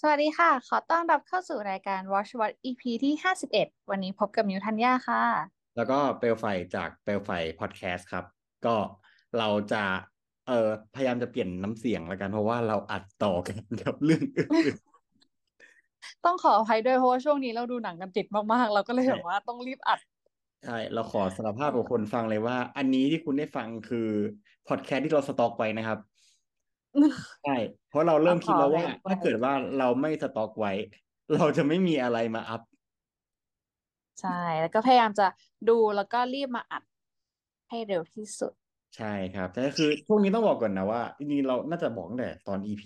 สวัสดีค่ะ ขอต้อนรับเข้าสู่รายการ Watch What EP ที่ห้าสิบเอ็ดวันนี้พบกับมิวธัญญาค่ะ แล้วก็เปลวไฟจากเปลวไฟพอดแคสต์ครับ ก็เราจะเอ่อพยายามจะเปลี่ยนน้ำเสียงละกันเพราะว่าเราอัดต่อกันกับเรื่องอื่น ต้องขออภัยด้วยเพราะว่าช่วงนี้เราดูหนังกันติดมากๆ เราก็เลย ใช่ แบบว่าต้องรีบอัด ใช่เราขอสารภาพกับคนฟังเลยว่า อันนี้ที่คุณได้ฟังคือพอดแคสต์ที่เราสต็อกไว้นะครับใช่เพราะเราเริ่มคิดแล้วว่า ขออภัยด้วย ถ้าเกิดว่าเราไม่สต็อกไว้ เราจะไม่มีอะไรมาอัพ ใช่ แล้วก็พยายามจะดูแล้วก็รีบมาอัดให้เร็วที่สุด ใช่ครับแต่ก็คือช่วงนี้ต้องบอกก่อนนะว่าจริงๆเราน่าจะบอกตั้งแต่ตอน EP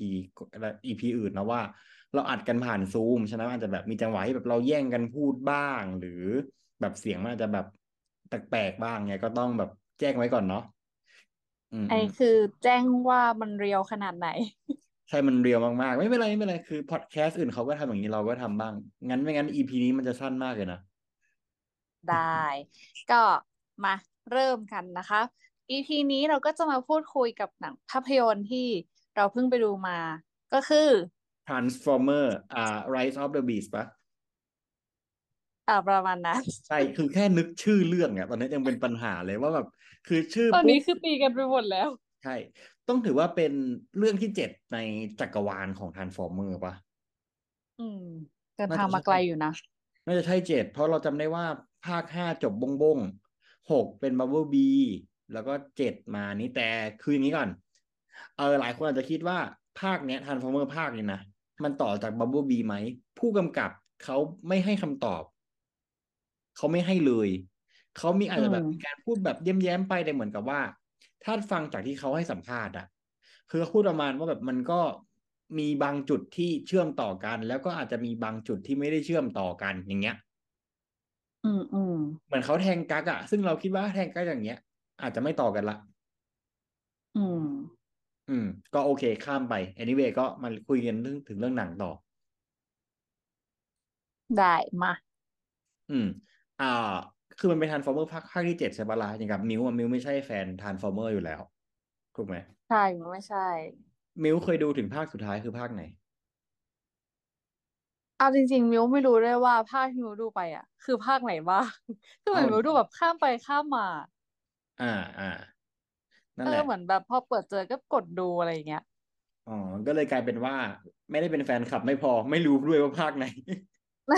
และ EP อื่นนะว่า เราอัดกันผ่านซูมฉะนั้นอาจจะแบบมีจังหวะที่แบบเราแย่งกันพูดบ้าง หรือแบบเสียงมันอาจจะแบบแปลกๆบ้างเนี่ยก็ต้องแบบแจ้งไว้ก่อนเนาะอืม อันนี้คือแจ้งว่ามันเรียวขนาดไหน ๆใช่มันเรียวมากๆ ไม่เป็นไรไม่เป็นไรคือพอดแคสต์อื่นเขาก็ทำอย่างนี้เราก็ทำบ้าง งั้นไม่งั้น EP นี้มันจะสั้นมากเลยนะ ได้ ก็มาเริ่มกันนะคะ EP นี้เราก็จะมาพูดคุยกับหนังภาพยนตร์ที่เราเพิ่งไปดูมา ก็คือ Transformer อ่า Rise of the Beast ปะ อ่าประมาณนั้น ใช่ คือแค่นึกชื่อเรื่องอะตอนนี้ยังเป็นปัญหาเลยว่าแบบ คือชื่อ ตอน ปุ๊ นี้ บ คือตีกันไปหมดแล้ว ใช่ ต้องถือว่าเป็นเรื่องที่เจ็ดในจักรวาลของ Transformer ปะ อืมเดิน น่า ทาง จะ มา ใช่ ไกลอยู่นะ น่าจะใช่เจ็ดเพราะเราจำได้ว่าภาคห้าจบบงบงหกเป็น Bumblebee แล้วก็เจ็ดมานี้แต่คืออย่างนี้ก่อน เออหลายคนอาจจะคิดว่าภาคเนี้ย Transformer ภาคนี้นะ มันต่อจาก Bumblebee ไหม ผู้กำกับเขาไม่ให้คำตอบ เขาไม่ให้เลย เขามีอา อื จจะแบ ม บมีการพูดแบบเย้มแย้มไปแต่เหมือนกับว่า ถ้าฟังจากที่เขาให้สัมภาษณ์อะคือเขาพูดประมาณว่าแบบมันก็มีบางจุดที่เชื่อมต่อกัน แล้วก็อาจจะมีบางจุดที่ไม่ได้เชื่อมต่อกันอย่างเงี้ย อืมอืม เหมือนเขาแทงกั๊กอะซึ่งเราคิดว่าแทงกั๊กอย่างเงี้ย อาจจะไม่ต่อกันละ อืม อืม ก็โอเคข้ามไป anyway ก็มาคุยกันเรื่องถึงเรื่องหนังต่อ ได้มา อืม อ่า คือมันเป็นทรานส์ฟอร์เมอร์ภาคภาคที่เจ็ดใช่ปะล่ะอย่างกับมิวอะมิวไม่ใช่แฟนทรานส์ฟอร์เมอร์อยู่แล้วถูกไหม ใช่มันไม่ใช่ มิวเคยดูถึงภาคสุดท้ายคือภาคไหน เอาจริงๆ มิวไม่รู้ด้วยว่าภาคที่มิวดูไปอ่ะ คือภาคไหนบ้าง คือเหมื เอ้า อนมิว เหร ดู อ แบบข้ามไปข้ามมา อ่า อ่า นั่ เอน อ แหละ เหมือนแบบพอเปิดเจอก็กดดูอะไรอย่างเงี้ย อ๋อ ก็เลยกลายเป็นว่า ไม่ได้เป็นแฟนคลับไม่พอ ไม่รู้ด้วยว่าภาคไหน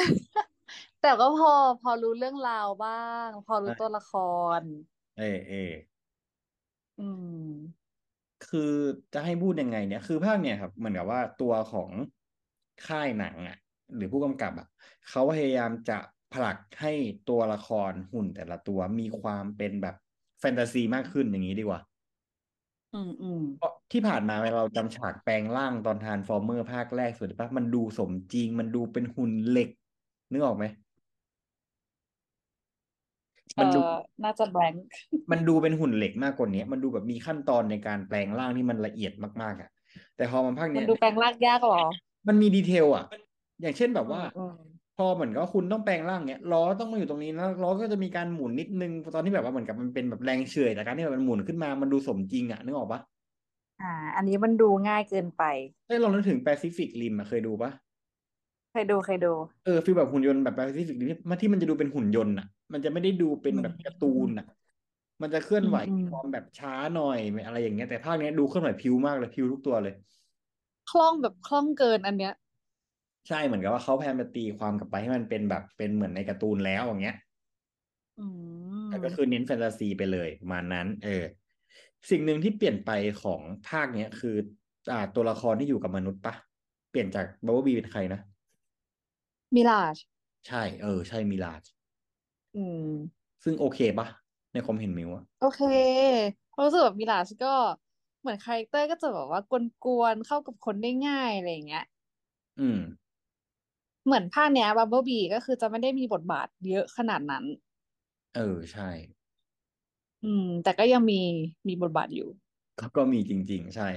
แต่ก็พอพอรู้เรื่องราวบ้าง พอรู้ตัวละคร เออเออ อืม คือจะให้พูดยังไงเนี่ย คือภาคเนี่ยครับ เหมือนกับว่าตัวของค่ายหนังอ่ะ หรือผู้กำกับอ่ะเขาพยายามจะผลักให้ตัวละครหุ่นแต่ละตัวมีความเป็นแบบแฟนตาซีมากขึ้นอย่างนี้ดีกว่า อืมอืม เพราะที่ผ่านมาเวลาเราจำฉากแปลงร่างตอนทรานส์ฟอร์เมอร์ภาคแรกสุดปะมันดูสมจริง มันดูเป็นหุ่นเหล็ก นึกออกไหม เออ มันดู น่าจะแบงค์ มันดูเป็นหุ่นเหล็กมากกว่านี้มันดูแบบมีขั้นตอนในการแปลงร่างที่มันละเอียดมากๆอ่ะ แต่พอมันภาค มั เนี้ น ย ดูแปลงร่างยากเหรอ มันมีดีเทลอ่ะ อย่างเช่นแบบ อืม ว่า อืม พอเหมือนกับคุณต้องแปลงร่างเนี้ยล้อต้องมาอยู่ตรงนี้นะล้อก็จะมีการหมุนนิดนึง ตอนที่แบบว่าเหมือนกับมันเป็นแบบแรงเฉื่อยแต่การที่แบบมันหมุนขึ้นมามันดูสมจริงอ่ะนึกออกปะ อ่า อันนี้มันดูง่ายเกินไป ได้ยลองนึกถึงแปซิฟิกริมอ่ะเคยดูปะ เคยดูเคยดู เออฟีลแบบหุ่นยนต์แบบแปซิฟิกนี่มันที่มันจะดูเป็นหุ่นยนต์อ่ะ มันจะไม่ได้ดูเป็น อื แบ ม บการ์ตูนอ่ะ มันจะเคลื่อน อื ไหว มอืม ความแบบช้าหน่อยอะไรอย่างเงี้ยแต่ภาคเนี้ยดูเคลื่อนไหวพริ้วมากเลยพริ้วทุกตัวเลย คล่องแบบคล่องเกินอันเนี้ย ใช่เหมือนกับว่าเขาพยายามจะตีความกลับไปให้มันเป็นแบบเป็นเหมือนในการ์ตูนแล้วอย่างเงี้ย อืม แต่ก็คือเน้นแฟนตาซีไปเลยประมาณนั้น เออ สิ่งหนึ่งที่เปลี่ยนไปของภาคเนี้ยคือ อ่า ตัวละครที่อยู่กับมนุษย์ปะเปลี่ยนจากบับเบิลบีเป็นใครนะ มิลาช ใช่เออใช่มิลาจ อืม ซึ่งโอเคปะในความเห็นมิวอะ โอเครู้สึกแบบมิลาชก็เหมือนคาแรคเตอร์ก็จะแบบว่ากวนๆเข้ากับคนได้ง่ายอะไรอย่างเงี้ย อืม เหมือนภาคเนี้ยบัมเบิลบีก็คือจะไม่ได้มีบทบาทเยอะขนาดนั้น เออใช่ อืม แต่ก็ยังมีมีบทบาทอยู่ ก็ก็มีจริง ๆ ใช่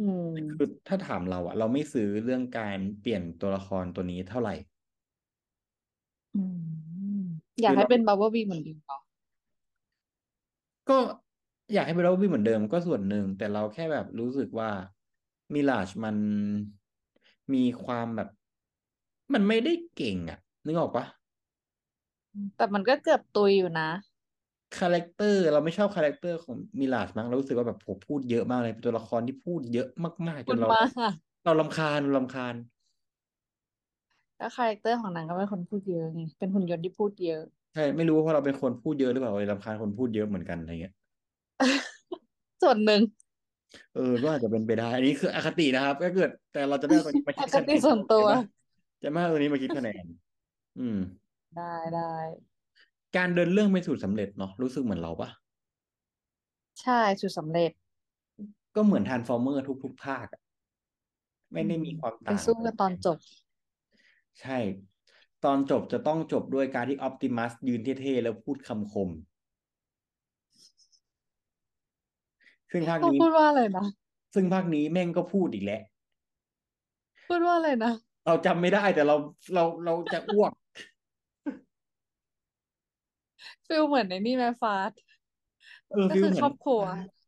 อืม คือถ้าถามเราอะเราไม่ซื้อเรื่องการเปลี่ยนตัวละครตัวนี้เท่าไหร่ อืม อยา คื ก อ ให้ เรา เป็นบัมเบิลบีเหมือนเดิมเหรอ ก็อยากให้เป็นโรบี้เหมือนเดิมก็ส่วนหนึ่ง แต่เราแค่แบบรู้สึกว่ามิลาชมัน มีความแบบ มันไม่ได้เก่งอ่ะ นึกออกปะ แต่มันก็เกือบตุยอยู่นะ คาแรคเตอร์ เราไม่ชอบคาแรคเตอร์ของมิลาชมั้งเรารู้สึกว่าแบบโหพูดเยอะมากเลยเป็นตัวละครที่พูดเยอะมากๆจ คุ น ณ เรา มาก เรารำคาญเรารำคาญ แล้วคาแรคเตอร์ของนางก็เป็นคนพูดเยอะไงเป็นหุ่นยนต์ที่พูดเยอะ ใช่ไม่รู้ว่าเพราะเราเป็นคนพูดเยอะหรือเปล่าเลยรำคาญคนพูดเยอะเหมือนกันอะไรเงี้ย ส่วนหนึ่ง เออก็อาจจะเป็นไปได้ อันนี้คืออคตินะครับถ้าเกิด แต่เราจะไม่เอาตัวนี้มา อ คิด ค คะแน ติ น ส่วนตัว จะจะไม่เอาตัวนี้มาคิดคะแนน อืม ได้ได้ การเดินเรื่องไปสู่สำเร็จเนาะรู้สึกเหมือนเราปะ ใช่สุดสำเร็จ ก็เหมือนทรานส์ฟอร์เมอร์ทุก ๆ ภาคอะไม่ อื ได้ ม มีความ ไป ต่าง สู้ เล กั ย นตอนจบ ใช่ ตอนจบจะต้องจบด้วยการที่ออปติมัสยืนเท่ๆแล้วพูดคำคม ซึ่งภาค เขา นี้ พูดว่าอะไรนะ ซึ่งภาคนี้แม่งก็พูดอีกแหละ พูดว่าอะไรนะ เราจำไม่ได้แต่เราเราเราจะอ้วก ฟิลเหมือนในนี่แม่ฟาส เออ ก็ ฟิล คือ เหมื ค อน รอบครัว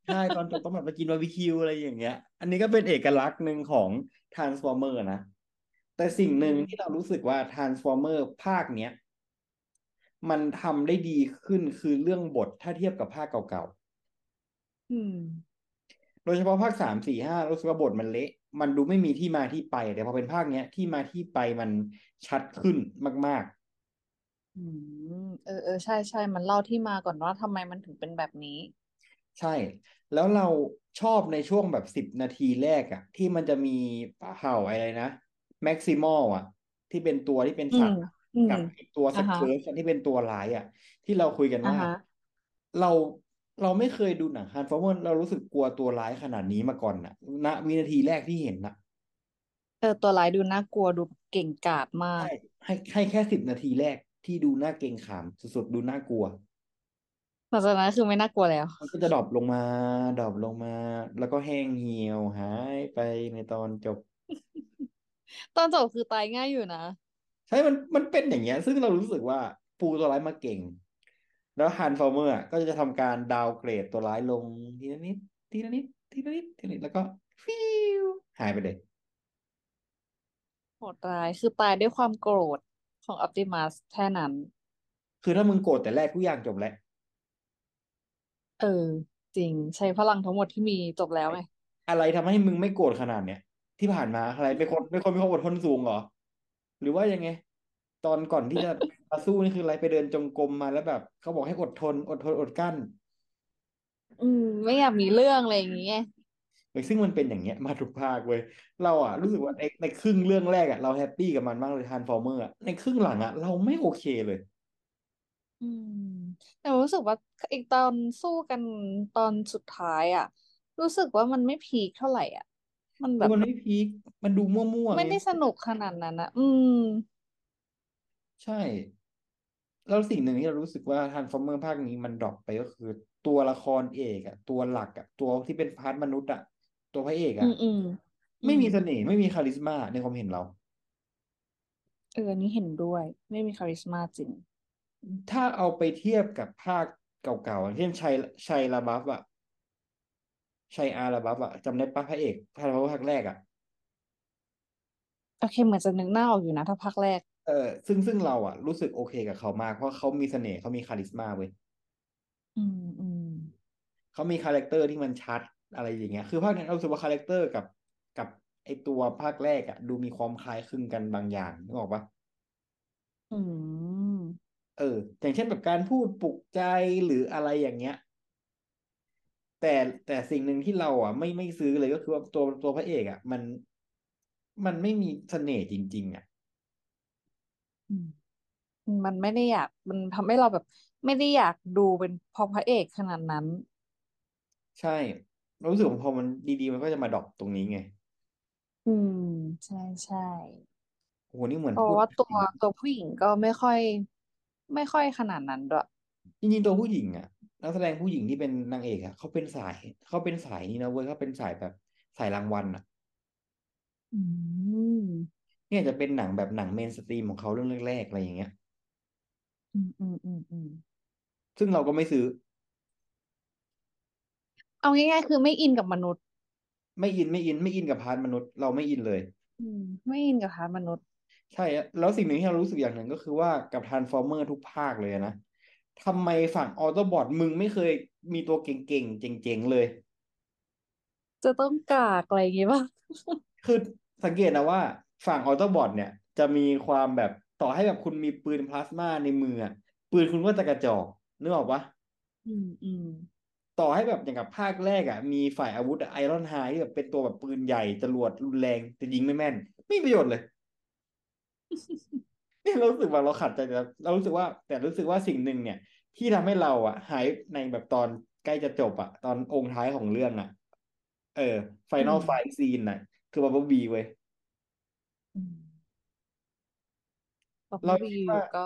ใช่ใช่ตอนจบต้องแบบไปกินบาร์บีคิวอะไรอย่างเงี้ย อันนี้ก็เป็นเอกลักษณ์หนึ่งของ Transformer นะ แต่สิ่งห อื นึ่ง ม ที่เรารู้สึกว่า Transformer ภาคเนี้ย มันทำได้ดีขึ้นคือเรื่องบทถ้าเทียบกับภาคเก่า อืม ๆ โดยเฉพาะภาคสามสี่ห้ารู้สึกว่าบทมันเละ มันดูไม่มีที่มาที่ไป แต่พอเป็นภาคเนี้ยที่มาที่ไปมันชัดขึ้นมาก ๆ อืม เออเออใช่ใช่มันเล่าที่มาก่อนว่าทำไมมันถึงเป็นแบบนี้ ใช่ แล้วเราชอบในช่วงแบบสิบนาทีแรกอะที่มันจะมีเผ่าอะไรนะแม็กซิมอลอะที่เป็นตัวที่เป็น อื สั ม ตว์ อืม กับไอ้ตัว อ่ะ สเคิ ฮะ ร์สที่เป็นตัวร้ายอะที่เราคุยกัน อ่ะ ว่า ฮะ เราเราไม่เคยดูหนังฮันฟอร์เมอร์เรารู้สึกกลัวตัวร้ายขนาดนี้มาก่อนอะณวินาทีแรกที่เห็นน่ะ เออ ตัวร้ายดูน่ากลัวดูเก่งกาจมา ใช่ ก ให้ให้แค่สิบนาทีแรกที่ดูน่าเกรงขามสุดๆดูน่ากลัว หลังจากนั้นคือไม่น่ากลัวแล้ว มันก็จะดรอปลงมาดรอปลงมา แล้วก็แห้งเหี่ยวหายไปในตอนจบ ตอนจบคือตายง่ายอยู่นะ ใช่ มัน มันเป็นอย่างเงี้ย ซึ่งเรารู้สึกว่าปูตัวร้ายมาเก่ง แล้วฮันฟอร์เมอร์ก็จะทำการดาวเกรดตัวร้ายลงทีละนิด ทีละนิด ทีละนิด ทีละนิด แล้วก็ฟิวหายไปเลย โหดร้ายคือตายด้วยความโกรธของออปติมัสแค่นั้น คือถ้ามึงโกรธแต่แรกทุกอย่างจบแล้ว เออ จริงใช้พลังทั้งหมดที่มีจบแล้วไง อะไรทำให้มึงไม่โกรธขนาดเนี้ย ที่ผ่านมาอะไรเป็นคนเป็นคนมีความอดทนสูงเหรอ หรือว่ายังไง ตอนก่อนที่จะมาสู้นี่คืออะไรไปเดินจงกรมมาแล้วแบบ เขาบอกให้อดทน อดทนอดกลั้น อืม ไม่อยากมีเรื่องอะไรอย่างเงี้ย เว้ยซึ่งมันเป็นอย่างเงี้ ยมาทุกภาคเว้ยเราอ่ะรู้สึกว่าในในครึ่งเรื่องแรกอ่ะเราแฮปปี้กับมันมากเลยทรานส์ฟอร์เมอร์อ่ะในครึ่งหลังอ่ะเราไม่โอเคเลย อืม แต่รู้สึกว่าอีกตอนสู้กันตอนสุดท้ายอ่ะ รู้สึกว่ามันไม่พีคเท่าไหร่อ่ะ มัน คื แบ อบ มันไม่พีคมันดูมั่วๆ ไม่ ไง ได้สนุกขนาดนั้นนะอืม ใช่ แล้วสิ่งหนึ่งที่เรารู้สึกว่าทรานส์ฟอร์เมอร์ภาคนี้มันดรอปไปก็คือ ตัวละครเอกอ่ะ ตัวหลักอ่ะ ตัวที่เป็นพาร์ทมนุษย์อ่ะ ตัวพระเอก อื อ่ะ มอืมอื ไม่ ม มีเสน่ห์ไม่มีคาลิสมาในความเห็นเรา เอออันนี้เห็นด้วย ไม่มีคาริสมาจริง ถ้าเอาไปเทียบกับภาคเก่าๆอย่างเช่นชัยชัยลาบัฟอ่ะ ชัยอาราบัฟอะจำได้ปะพระเอกพระเอกภาคแรกอะ โอเคเหมือนจะนึกหน้าออกอยู่นะถ้าภาคแรก เออซึ่งซึ่งเราอะรู้สึกโอเคกับเขามาก เพราะเขามีเสน่ห์เขามีคาลิสมาเว้ย อืมอืม เขามีคาแรคเตอร์ที่มันชัดอะไรอย่างเงี้ย คือภาคนี้เรารู้สึกว่าคาแรคเตอร์กับกับไอตัวภาคแรกอะดูมีความคล้ายคลึงกันบางอย่างนึกออกปะ อืม เออ อย่างเช่นแบบการพูดปลุกใจหรืออะไรอย่างเงี้ย แต่แต่สิ่งหนึ่งที่เราอะไม่ไม่ซื้อเลยก็คือว่าตัวตัวพระเอกอะมันมันไม่มีเสน่ห์จริง ๆอะ อืม มันไม่ได้อยากมันทำให้เราแบบ ไม่ได้อยากดูเป็นเพอพระเอกขนาดนั้น ใช่เรารู้สึกว่าพอมันดีๆ มันก็จะมาดรอปตรงนี้ไง อืม ใช่ใช่ โอ้โหนี่เหมือน เพราะ พูด ว่าตัว จริง ตัวผู้หญิงก็ไม่ค่อย ไม่ค่อยขนาดนั้นด้วย จริงๆตัวผู้หญิงอ่ะนักแสดงผู้หญิงที่เป็นนางเอกอ่ะเขาเป็นสายเขาเป็นสายนี่นะเว้ยเขาเป็นสายแบบสายรางวัลอ่ะ อืม เนี่ยจะเป็นหนังแบบหนังเมนสตรีมของเขาเรื่องแรกๆอะไรอย่างเงี้ย อืมอืมอืมอืม ซึ่งเราก็ไม่ซื้อ เอาง่ายๆคือไม่อินกับมนุษย์ ไม่อินไม่อินไม่อินกับพาร์ทมนุษย์ เราไม่อินเลย อืม ไม่อินกับฮาร์ดมนุษย์ ใช่อะแล้วสิ่งหนึ่งที่เรารู้สึกอย่างหนึ่งก็คือว่ากับ Transformer ทุกภาคเลยนะทำไมฝั่ง Autobot มึงไม่เคยมีตัวเก่งๆ เจ๋งๆ เลย จะต้องกากอะไรอย่างงี้ป่ะ คือสังเกตนะว่าฝั่ง Autobot เนี่ย จะมีความแบบต่อให้แบบคุณมีปืนพลาสมาในมืออะปืนคุณก็จะกระจอกนึกออกปะ อืมอืม ต่อให้แบบอย่างกับภาคแรกอ่ะมีฝ่ายอาวุธไอรอนไฮที่แบบเป็นตัวแบบปืนใหญ่จรวดรุนแรงแต่ยิงไม่แม่น ไม่มีประโยชน์เลย เนี่ยเรารู้สึกว่าเราขัดใจแต่เรารู้สึกว่า แต่รู้สึกว่าสิ่งหนึ่งเนี่ย ที่ทำให้เราอ่ะหายในแบบตอนใกล้จะจบอ่ะ ตอนองค์ท้ายของเรื่องอ่ะ เออไฟ อื นอล ม ไฟซีนน่ะ คือบับเบิลบีเว้ย อืมบอก เรา ว่ารี คิด วิว ว่า ก็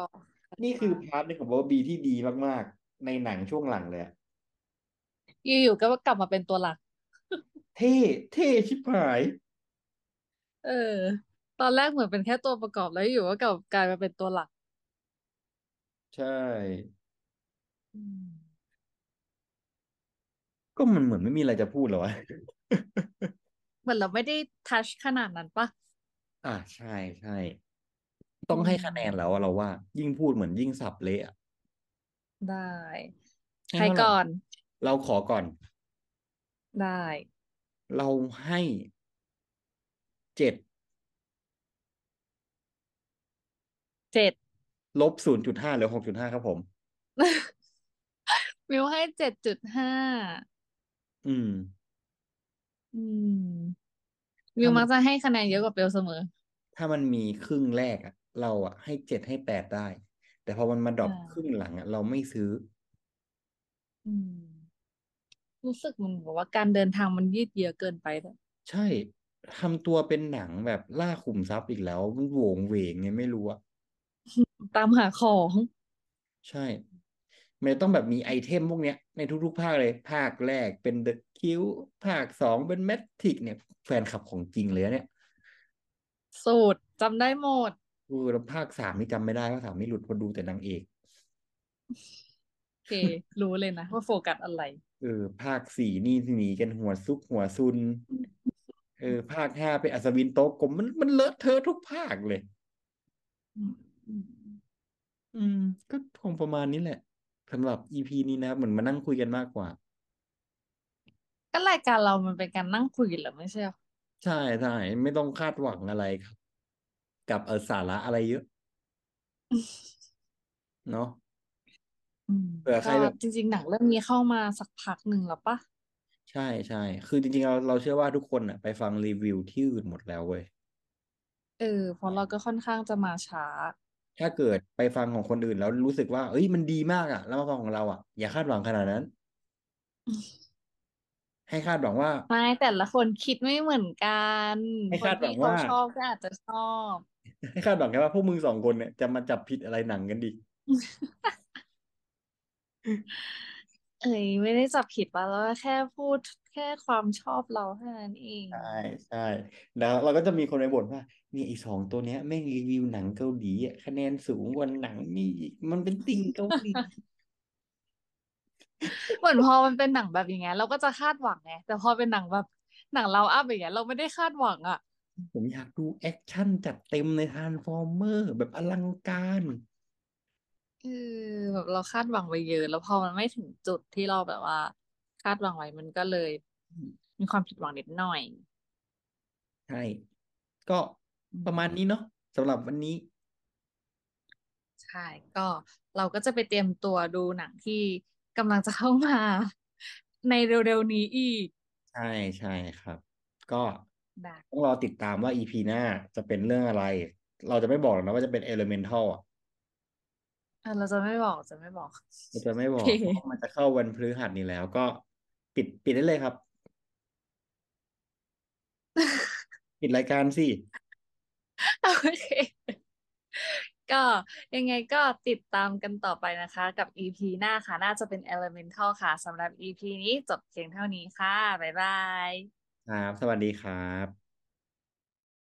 นี่คื มา อก พาร์ทหนึงของบับเบิลบีที่ดีมากๆ ในหนังช่วงหลังเลยอะ อยู่ๆก็กลับมาเป็นตัวหลัก เท่เท่ชิบหาย เออ ตอนแรกเหมือนเป็นแค่ตัวประกอบแล้วอยู่ก็กลับกลายมาเป็นตัวหลัก ใช่ อืม ก็มันเหมือนไม่มีอะไรจะพูดเหรอวะ เหมือนเราไม่ได้ทัชขนาดนั้นป่ะ อ่าใช่ใช่ ต้ อื องให้ ม คะแนนแล้วอะเราว่า ยิ่งพูดเหมือนยิ่งสับเละอะ ได้ ให้ ใคร เท่าไหร่ ก่อน เราขอก่อน ได้ เราให้เจ็ด เจ็ด ลบศูนย์จุดห้าหรือหกจุดห้าครับผม มิวให้เจ็ดจุดห้า อืม อืม มิว ถ้ามั มัน กจะให้คะแนนเยอะกว่าเบลเสมอ ถ้ามันมีครึ่งแรกอะเราอะให้เจ็ดให้แปดได้ แต่พอมันมาดรอ อ่า ปครึ่งหลังอะเราไม่ซื้อ อืม รู้สึกมันแบบว่าการเดินทางมันยืดเยื้อเกินไปเลย ใช่ทำตัวเป็นหนังแบบล่าขุมทรัพย์อีกแล้ว มันโหวงเหวงไงไม่รู้อะ ตามหาของ ใช่ มันจะต้องแบบมีไอเทมพวกเนี้ยในทุกๆภาคเลย ภาคแรกเป็นเดอะคิวภาคสองเป็นแมทริกเนี่ย แฟนคลับของจริงเลยนะเนี่ย สูตรจำได้หมด เออแล้วภาคสามนี่จำไม่ได้ภาคสามนี่หลุดเพอดูแต่นางเอก โอเค รู้เลยนะว่าโฟกัสอะไร เออ ภาคสี่นี่หนีกันหัวซุกหัวซุน เออ ภาคห้าเป็นอัศวินโต๊ะกลมมันมันเลอะเทอะทุกภาคเลย อืมอืม อืม ก็คงประมาณนี้แหละสำหรับอีพีนี้นะครับเหมือนมานั่งคุยกันมากกว่า ก็รายการเรามันเป็นการนั่งคุยเหรอไม่ใช่หรอ ใช่ใช่ไม่ต้องคาดหวังอะไรครับ กับเออสาระอะไรเยอะเนาะ อืม เผื่อใค ก็ รแบบ จริง ๆ หนังเรื่องนี้เข้ามาสักพักหนึ่งแล้วปะ ใช่ใช่ คือจริงๆเราเราเชื่อว่าทุกคนอ่ะไปฟังรีวิวที่อื่นหมดแล้วเว้ย เออเพราะเราก็ค่อนข้างจะมาช้า ถ้าเกิดไปฟังของคนอื่นแล้วรู้สึกว่า เอ้ยมันดีมากอ่ะ แล้วมาฟังของเราอ่ะ อย่าคาดหวังขนาดนั้น ให้คาดหวังว่า ไม่แต่ละคนคิดไม่เหมือนกัน ให้ คน คาดห ที่ วัง เขา ว่า ชอบก็อาจจะชอบ ให้คาดหวังแค่ว่าพวกมึงสองคนเนี่ยจะมาจับผิดอะไรหนังกันดี เอ้ยไม่ได้จับผิดป่ะแล้วก็แค่พูดแค่ความชอบเราเท่านั้นเอง ใช่ใช่แล้วเราก็จะมีคนไปบ่นว่าเนี่ยไอ้สองตัวเนี้ยแม่งรีวิวหนังเกาหลีอ่ะคะแนนสูงกว่าหนังนี่อีกมันเป็นติ่งเกาหลี เหมือนพอมันเป็นหนังแบบอย่างเงี้ยเราก็จะคาดหวังไงแต่พอเป็นหนังแบบหนังเราอัพอย่างเงี้ยเราไม่ได้คาดหวังอ่ะ ผมอยากดูแอคชั่นจัดเต็มในทรานส์ฟอร์เมอร์แบบอลังการ คือแบบเราคาดหวังไปเยอะ แล้วพอมันไม่ถึงจุดที่เราแบบว่า คาดหวังไว้มันก็เลย มีความผิดหวังนิดหน่อย ใช่ ก็ อื ป ม ระมาณนี้เนาะสำหรับวันนี้ ใช่ก็เราก็จะไปเตรียมตัวดูหนังที่กำลังจะเข้ามา ในเร็วๆนี้อีก ใช่ใช่ครับ ก็ นะ ต้องรอติดตามว่า EP หน้าจะเป็นเรื่องอะไร เราจะไม่บอกหรอกนะว่าจะเป็น Elemental อ่ะ เออเราจะไม่บอกจะไม่บอก เราจะไม่ โอบ อ เค กเพราะมันจะเข้าวันพฤหัสนี้แล้ว ก็ปิดปิดได้ เลยครับ ปิดรายการสิ โอเค ก็ยังไงก็ติดตามกันต่อไปนะคะ กับ EP หน้าค่ะ น่าจะเป็น Elemental ค่ะสำหรับ EP นี้จบเพียงเท่านี้ค่ะ บ๊ายบาย ครับ สวัสดีครับ